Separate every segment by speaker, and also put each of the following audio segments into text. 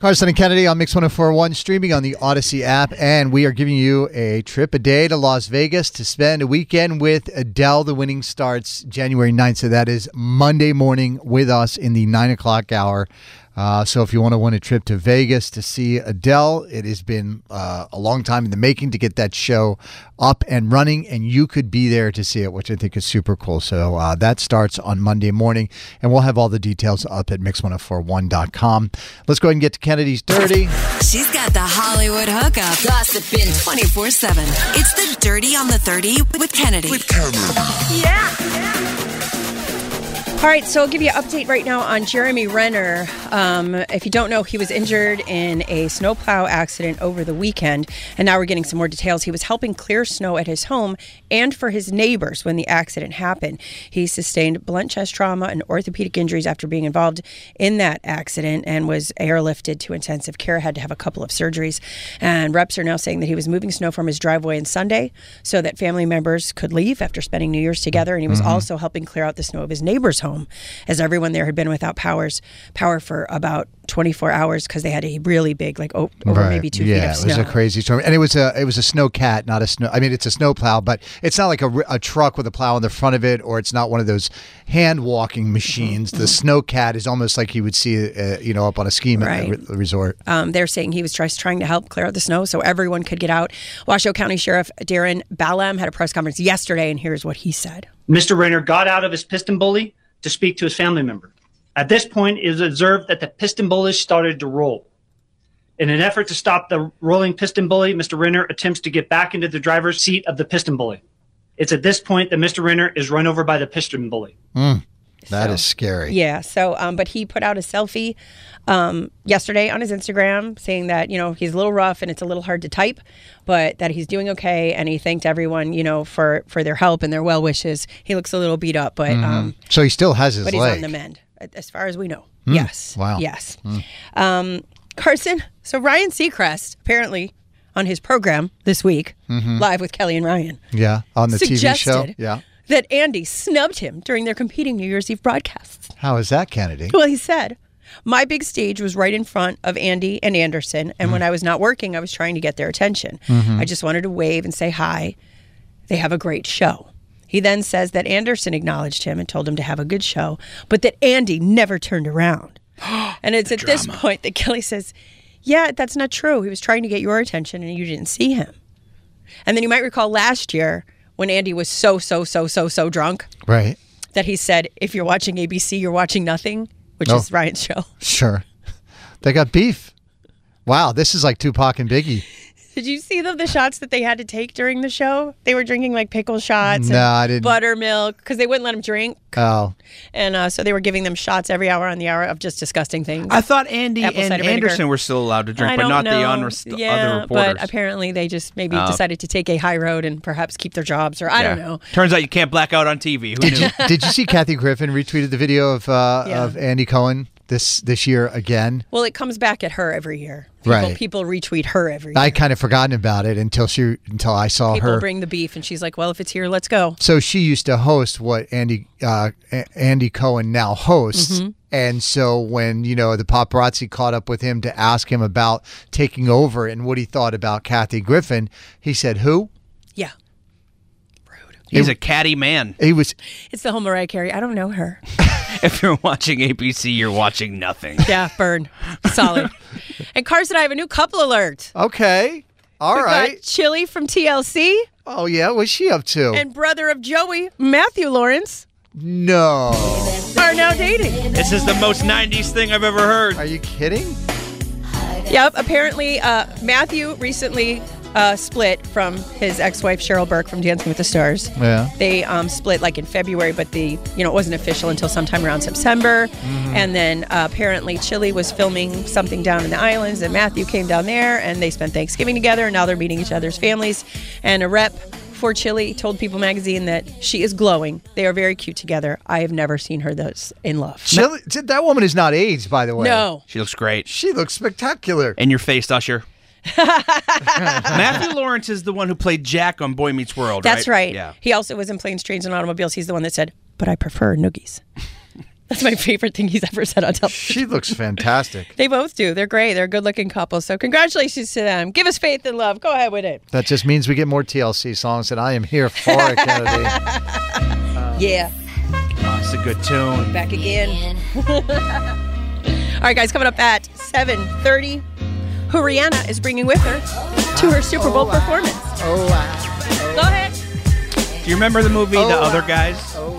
Speaker 1: Carson and Kennedy on Mix 1041, streaming on the Odyssey app. And we are giving you a trip a day to Las Vegas to spend a weekend with Adele. The winning starts January 9th. So that is Monday morning with us in the 9 o'clock hour. Uh, so if you want to win a trip to Vegas to see Adele, it has been uh, a long time in the making to get that show up and running, and you could be there to see it, which I think is super cool. So uh, that starts on Monday morning, and we'll have all the details up at mix1041.com. Let's go ahead and get to Kennedy's Dirty.
Speaker 2: She's got the Hollywood hookup, gossiping 24 7. It's the Dirty on the 30 with Kennedy. With Kennedy.
Speaker 3: All right, so I'll give you an update right now on Jeremy Renner. Um, if you don't know, he was injured in a snowplow accident over the weekend, and now we're getting some more details. He was helping clear snow at his home and for his neighbors when the accident happened. He sustained blunt chest trauma and orthopedic injuries after being involved in that accident and was airlifted to intensive care, had to have a couple of surgeries. And reps are now saying that he was moving snow from his driveway on Sunday so that family members could leave after spending New Year's together, and he was
Speaker 1: Mm-hmm.
Speaker 3: also helping clear out the snow of his neighbor's home, as everyone there had been without powers power for about 24 hours because they had a really big, like o- over maybe two
Speaker 1: yeah,
Speaker 3: feet of snow.
Speaker 1: it was a crazy storm, and it was a it was a snow cat, not a snow. I mean, it's a snow plow, but it's not like a, r- a truck with a plow in the front of it, or it's not one of those hand walking machines.
Speaker 3: Mm-hmm.
Speaker 1: the snow cat is almost like you would see, uh, you know, up on a scheme
Speaker 3: Right.
Speaker 1: at the re- resort.
Speaker 3: Um, they're saying he was just trying to help clear out the snow so everyone could get out. Washoe County Sheriff Darren Balam had a press conference yesterday, and here's what he said.
Speaker 4: Mr. Renner got out of his piston bully to speak to his family member. At this point, it is observed that the piston bullies started to roll. In an effort to stop the rolling piston bully, Mr. Renner attempts to get back into the driver's seat of the piston bully. It's at this point that Mr. Renner is run over by the piston bully.
Speaker 1: That is scary.
Speaker 3: Yeah. So, um, but he put out a selfie um, yesterday on his Instagram saying that, you know, he's a little rough and it's a little hard to type, but that he's doing okay. And he thanked everyone, you know, for, for their help and their well wishes. He looks a little beat up, but
Speaker 1: Mm-hmm.
Speaker 3: um,
Speaker 1: So he still has his
Speaker 3: but he's
Speaker 1: leg.
Speaker 3: on the mend, a- as far as we know. Yes.
Speaker 1: Hmm. Wow. Hmm.
Speaker 3: Yes. Um, Carson. So Ryan Seacrest apparently on his program this week, live with Kelly and Ryan,
Speaker 1: yeah, on Mm-hmm. the TV show.
Speaker 3: suggested
Speaker 1: Yeah.
Speaker 3: that Andy snubbed him during their competing New Year's Eve broadcasts.
Speaker 1: How is that, Kennedy?
Speaker 3: Well, he said, My big stage was right in front of Andy and Anderson. And when I was not working, I was trying to get their attention. I just wanted to wave and say hi. They have a great show. He then says that Anderson acknowledged him and told him to have a good show, but that Andy never turned around. and it's at this point that Kelly says, Yeah, that's not true. He was trying to get your attention and you didn't see him. And then you might recall last year when Andy was so, so, so, so, so drunk
Speaker 1: Right.
Speaker 3: that he said, if you're watching ABC, you're watching nothing, which
Speaker 1: Oh.
Speaker 3: is Ryan's show.
Speaker 1: Sure. they got beef. Wow, this is like Tupac and Biggie.
Speaker 3: Did you see the, the shots that they had to take during the show? They were drinking like pickle shots
Speaker 1: No,
Speaker 3: and
Speaker 1: I didn't.
Speaker 3: buttermilk because they wouldn't let him drink.
Speaker 1: Oh,
Speaker 3: And uh, so they were giving them shots every hour on the hour of just disgusting things.
Speaker 5: I thought Andy
Speaker 3: Apple
Speaker 5: and
Speaker 3: cider vinegar.
Speaker 5: Anderson were still allowed to drink,
Speaker 3: I
Speaker 5: but
Speaker 3: don't
Speaker 5: not the
Speaker 3: know.
Speaker 5: unrest-
Speaker 3: yeah,
Speaker 5: other reporters. Uh,
Speaker 3: But apparently they just maybe decided to take a high road and perhaps keep their jobs or I don't
Speaker 5: Yeah.
Speaker 3: know.
Speaker 5: Turns out you can't black out on TV. Who
Speaker 1: Did
Speaker 5: knew?
Speaker 1: you did you see Kathy Griffin retweeted the video of uh,
Speaker 3: Yeah.
Speaker 1: of Andy Cohen this this year again?
Speaker 3: Well, it comes back at her every year. People,
Speaker 1: Right.
Speaker 3: People retweet her every year.
Speaker 1: I kind of forgotten about it until she until I saw
Speaker 3: people
Speaker 1: her.
Speaker 3: bring the beef and she's like, well, if it's here, let's go.
Speaker 1: so she used to host what Andy uh, A- Andy Cohen now hosts.
Speaker 3: Mm-hmm.
Speaker 1: And so when you know the paparazzi caught up with him to ask him about taking over and what he thought about Kathy Griffin, he said, "Who?"
Speaker 3: Yeah.
Speaker 5: He's a catty man.
Speaker 1: He was
Speaker 3: It's the whole Mariah Carey. I don't know her.
Speaker 5: if you're watching ABC, you're watching nothing.
Speaker 3: Yeah, burn. Solid. and Carson, I have a new couple alert.
Speaker 1: Okay. All
Speaker 3: All right.
Speaker 1: right.
Speaker 3: Chili from TLC
Speaker 1: Oh yeah, what's she up to?
Speaker 3: and brother of Joey, Matthew Lawrence,
Speaker 1: no.
Speaker 3: are now dating.
Speaker 5: This is the most 90s thing I've ever heard.
Speaker 1: Are you kidding?
Speaker 3: Yep. Apparently, uh, Matthew recently uh, split from his ex-wife Cheryl Burke from Dancing with the Stars.
Speaker 1: Yeah.
Speaker 3: They um, split like in February, but the you know it wasn't official until sometime around September. And then uh, apparently Chili was filming something down in the islands, and Matthew came down there, and they spent Thanksgiving together, and now they're meeting each other's families. And a rep for Chili told People Magazine that she is glowing. They are very cute together. I have never seen her thus in love.
Speaker 1: Chili, that woman is not aged, by the way.
Speaker 3: No.
Speaker 5: She looks great.
Speaker 1: She looks spectacular.
Speaker 5: In your face, Usher. Matthew Lawrence is the one who played Jack on Boy Meets World.
Speaker 3: That's right.
Speaker 5: right. Yeah.
Speaker 3: He also was in Planes, Trains, and Automobiles. He's the one that said, "But I prefer noogies." That's my favorite thing he's ever said on television.
Speaker 1: She looks fantastic.
Speaker 3: They both do. They're great. They're a good-looking couple. So congratulations to them. Give us faith and love. Go ahead with it.
Speaker 1: That just means we get more TLC songs, and I am here for it, Kennedy.
Speaker 3: yeah.
Speaker 5: Oh, it's a good tune.
Speaker 3: Back again. All right, guys. Coming up at seven thirty, who Rihanna is bringing with her to her Super Bowl performance.
Speaker 1: Oh wow.
Speaker 3: Go ahead.
Speaker 5: Do you remember the movie The Other Guys?
Speaker 1: Oh,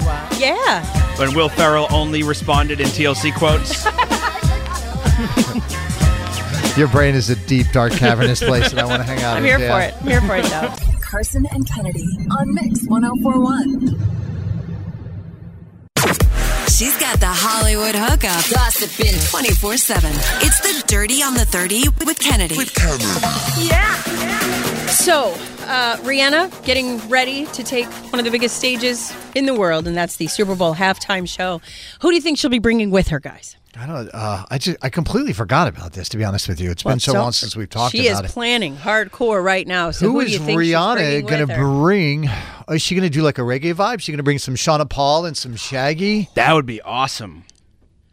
Speaker 3: Yeah.
Speaker 5: When Will Ferrell only responded in TLC quotes?
Speaker 1: Your brain is a deep, dark, cavernous place, and I want to hang out.
Speaker 3: I'm
Speaker 1: in.
Speaker 3: here
Speaker 1: Yeah.
Speaker 3: for it. I'm here for it though.
Speaker 2: Carson and Kennedy on Mix 1041. She's got the Hollywood hookup, gossiping 24 7. It's the Dirty on the 30 with Kennedy.
Speaker 3: So, uh, Rihanna getting ready to take one of the biggest stages in the world, and that's the Super Bowl halftime show. Who do you think she'll be bringing with her, guys?
Speaker 1: I don't. Uh, I just. I completely forgot about this. To be honest with you, it's been so, long since we've talked
Speaker 3: She is
Speaker 1: about it.
Speaker 3: planning hardcore right now. So who,
Speaker 1: who
Speaker 3: do
Speaker 1: is
Speaker 3: you think
Speaker 1: Rihanna
Speaker 3: going
Speaker 1: going to bring? Is she going to do like a reggae vibe? Is she going to bring some Shauna Paul and some Shaggy?
Speaker 5: that would be awesome.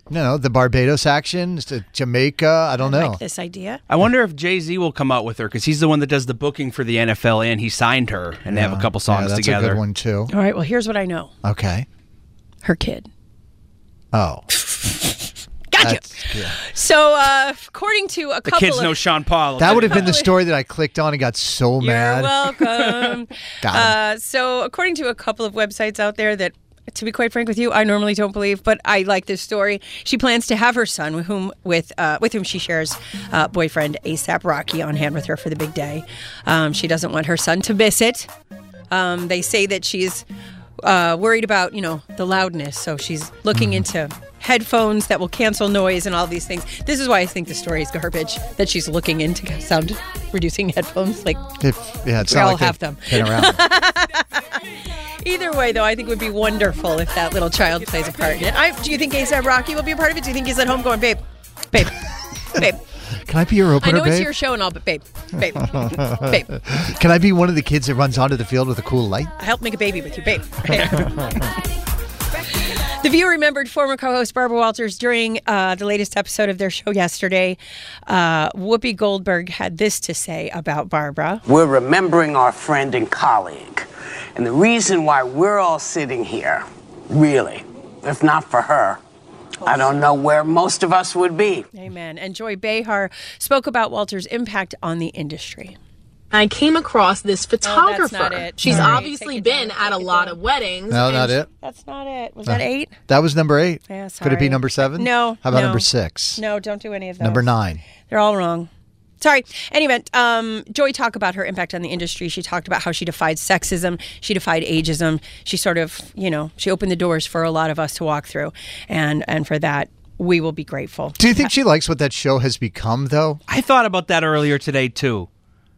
Speaker 1: No, no, the Barbados action, it's the Jamaica. I don't know.
Speaker 3: Like this idea?
Speaker 5: I wonder if Jay Z will come out with her because he's the one that does the booking for the NFL and he signed her and they have a couple songs
Speaker 1: yeah, that's
Speaker 5: together.
Speaker 1: a good one too.
Speaker 3: All right. Well, here's what I know.
Speaker 1: Okay.
Speaker 3: Her kid.
Speaker 1: Oh,
Speaker 3: Gotcha.
Speaker 1: that's, yeah.
Speaker 3: So, uh, according to a
Speaker 5: The
Speaker 3: couple
Speaker 5: kids
Speaker 3: of
Speaker 5: know Sean Paul.
Speaker 1: that would have been the story that I clicked on and got so
Speaker 3: You're
Speaker 1: mad.
Speaker 3: welcome.
Speaker 1: Got
Speaker 3: uh, so, according to a couple of websites out there that, to be quite frank with you, I normally don't believe, but I like this story. She plans to have her son, with whom with uh, with whom she shares uh, boyfriend ASAP Rocky, on hand with her for the big day. Um, she doesn't want her son to miss it. Um, they say that she's uh, worried about you know the loudness, so she's looking into. Headphones that will cancel noise and all these things. This is why I think the story is garbage that she's looking into sound reducing headphones. Like,
Speaker 1: If, yeah, it's
Speaker 3: We
Speaker 1: not
Speaker 3: all
Speaker 1: like they've
Speaker 3: have them.
Speaker 1: Been around.
Speaker 3: Either way, though, I think it would be wonderful if that little child plays a part in it. I, do you think ASAP Rocky will be a part of it? Do you think he's at home going, babe, babe, babe?
Speaker 1: Can I be your
Speaker 3: I
Speaker 1: opener,
Speaker 3: know it's
Speaker 1: babe?
Speaker 3: your show and all, but babe, babe, babe,
Speaker 1: Can I be one of the kids that runs onto the field with a cool light?
Speaker 3: I helped make a baby with you, babe. the View remembered former co-host Barbara Walters during uh, the latest episode of their show yesterday. Uh, Whoopi Goldberg had this to say about Barbara.
Speaker 6: We're remembering our friend and colleague. And the reason why we're all sitting here, really, if not for her, I don't know where most of us would be.
Speaker 3: Oh, Amen. And Joy Behar spoke about Walters' impact on the industry.
Speaker 7: I came across this photographer.
Speaker 3: Oh, not it.
Speaker 7: She's
Speaker 3: Sorry. Take
Speaker 7: obviously
Speaker 3: it
Speaker 7: been
Speaker 3: down,
Speaker 7: at a
Speaker 3: take it
Speaker 7: lot
Speaker 3: down.
Speaker 7: of weddings.
Speaker 1: No,
Speaker 7: and
Speaker 1: not
Speaker 7: she-
Speaker 1: it.
Speaker 3: That's not it. Was that eight?
Speaker 1: That was number eight.
Speaker 3: Yeah,
Speaker 1: Could it be
Speaker 3: sorry.
Speaker 1: number seven?
Speaker 3: No.
Speaker 1: How about
Speaker 3: no.
Speaker 1: number six?
Speaker 3: No, don't do any of those.
Speaker 1: Number nine.
Speaker 3: They're all wrong. Sorry. Anyway, um, Joy talked about her impact on the industry. She talked about how she defied sexism, she defied ageism. She sort of, you know, she opened the doors for a lot of us to walk through, and and for that we will be grateful.
Speaker 1: Do you think she likes what that show has become, though?
Speaker 5: I thought about that earlier today too.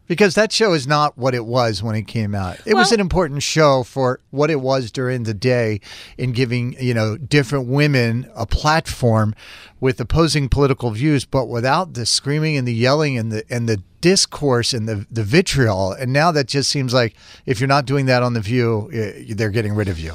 Speaker 1: Because that show is not what it was when it came out. It was
Speaker 3: Well-
Speaker 1: an important show for what it was during the day in giving, you know, different women a platform with opposing political views, but without the screaming and the yelling and the and the discourse and the, the vitriol. And now that just seems like if you're not doing that on The View, eh, they're getting rid of you.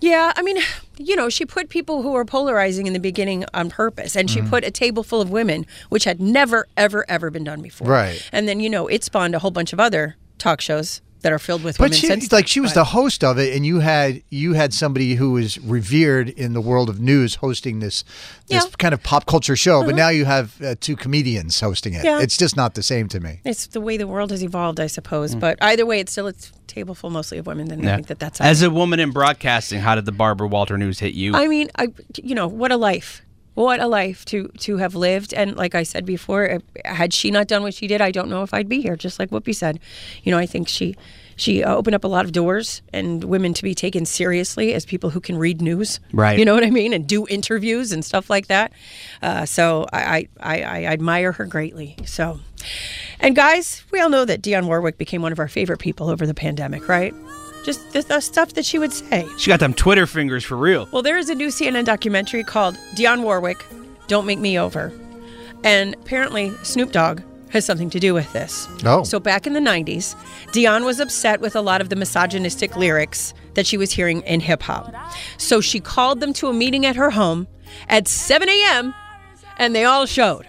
Speaker 3: Yeah, I mean, you know, she put people who were polarizing in the beginning on purpose, and she
Speaker 1: Mm-hmm.
Speaker 3: put a table full of women, which had never, ever, ever been done before.
Speaker 1: Right.
Speaker 3: And then, you know, it spawned a whole bunch of other talk shows that are filled with
Speaker 1: But
Speaker 3: women
Speaker 1: she,
Speaker 3: since
Speaker 1: like, she
Speaker 3: then,
Speaker 1: was
Speaker 3: but-
Speaker 1: the host of it, and you had you had somebody who was revered in the world of news hosting this this
Speaker 3: Yeah.
Speaker 1: kind of pop culture show. But
Speaker 3: Uh-huh.
Speaker 1: now you have uh, two comedians hosting it.
Speaker 3: Yeah.
Speaker 1: It's just not the same to me.
Speaker 3: It's the way the world has evolved, I suppose.
Speaker 5: Mm.
Speaker 3: But either way, it's still a table full mostly of women, and I think that that's all.
Speaker 5: As a woman in broadcasting, how did the Barbara Walter news hit you?
Speaker 3: I mean, I you know what a life, what a life to to have lived. And like I said before, uh, had she not done what she did, I don't know if I'd be here. Just like Whoopi said, you know, I think she she uh, opened up a lot of doors and women to be taken seriously as people who can read news,
Speaker 8: Right.
Speaker 3: You know what I mean, and do interviews and stuff like that. Uh, so I, I I I admire her greatly. So. And guys, we all know that Dionne Warwick became one of our favorite people over the pandemic, right? Just the, the stuff that she would say.
Speaker 5: she got them Twitter fingers for real.
Speaker 3: Well, there is a new CNN documentary called Dionne Warwick, Don't Make Me Over. And apparently, Snoop Dogg has something to do with this.
Speaker 1: Oh.
Speaker 3: So back in the 90s, Dionne was upset with a lot of the misogynistic lyrics that she was hearing in hip hop. So she called them to a meeting at her home at 7 a.m., and they all showed.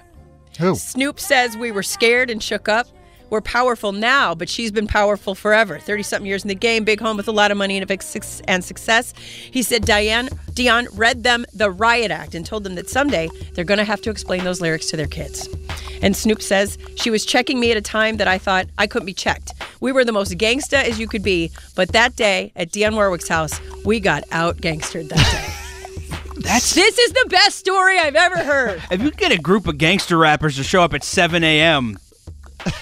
Speaker 1: Who?
Speaker 3: Snoop says we were scared and shook up. We're powerful now, but she's been powerful forever. 30 something years in the game, big home with a lot of money and a big suc- and success. He said Diane Dion read them the Riot Act and told them that someday they're going to have to explain those lyrics to their kids. And Snoop says she was checking me at a time that I thought I couldn't be checked. We were the most gangsta as you could be, but that day at Dionne Warwick's house, we got out gangstered that day. That's this is the best story I've ever heard.
Speaker 5: If you get a group of gangster rappers to show up at 7 a.m.,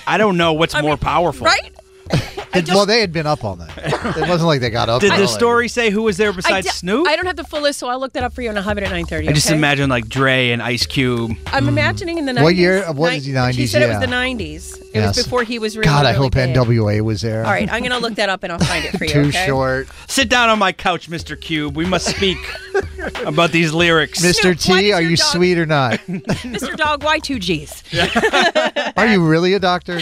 Speaker 5: I don't know what's more powerful.
Speaker 3: Right?
Speaker 1: It- well, they had been up all night. It wasn't like they got up.
Speaker 5: Did
Speaker 1: all
Speaker 5: the
Speaker 1: night.
Speaker 5: story say who was there besides
Speaker 3: I d-
Speaker 5: Snoop?
Speaker 3: I don't have the full list, so I'll look that up for you and I'll have it at 9.30.
Speaker 5: I just
Speaker 3: okay?
Speaker 5: imagine like Dre and Ice Cube. Hmm.
Speaker 3: I'm imagining in the 90s.
Speaker 1: What year- uh, what is the
Speaker 3: He
Speaker 1: 90s?
Speaker 3: said it
Speaker 1: Yeah.
Speaker 3: was the 90s. It
Speaker 1: Yes.
Speaker 3: was before he was really,
Speaker 1: God, I
Speaker 3: really
Speaker 1: hope
Speaker 3: big.
Speaker 1: NWA was there.
Speaker 3: All right, I'm going to look that up and I'll find it for you.
Speaker 1: Too
Speaker 3: okay?
Speaker 1: short.
Speaker 5: Sit down on my couch, Mr. Cube. We must speak about these lyrics.
Speaker 1: Mr. T, are you sweet or not?
Speaker 3: Mr. Dog, why two Gs?
Speaker 1: are you really a doctor?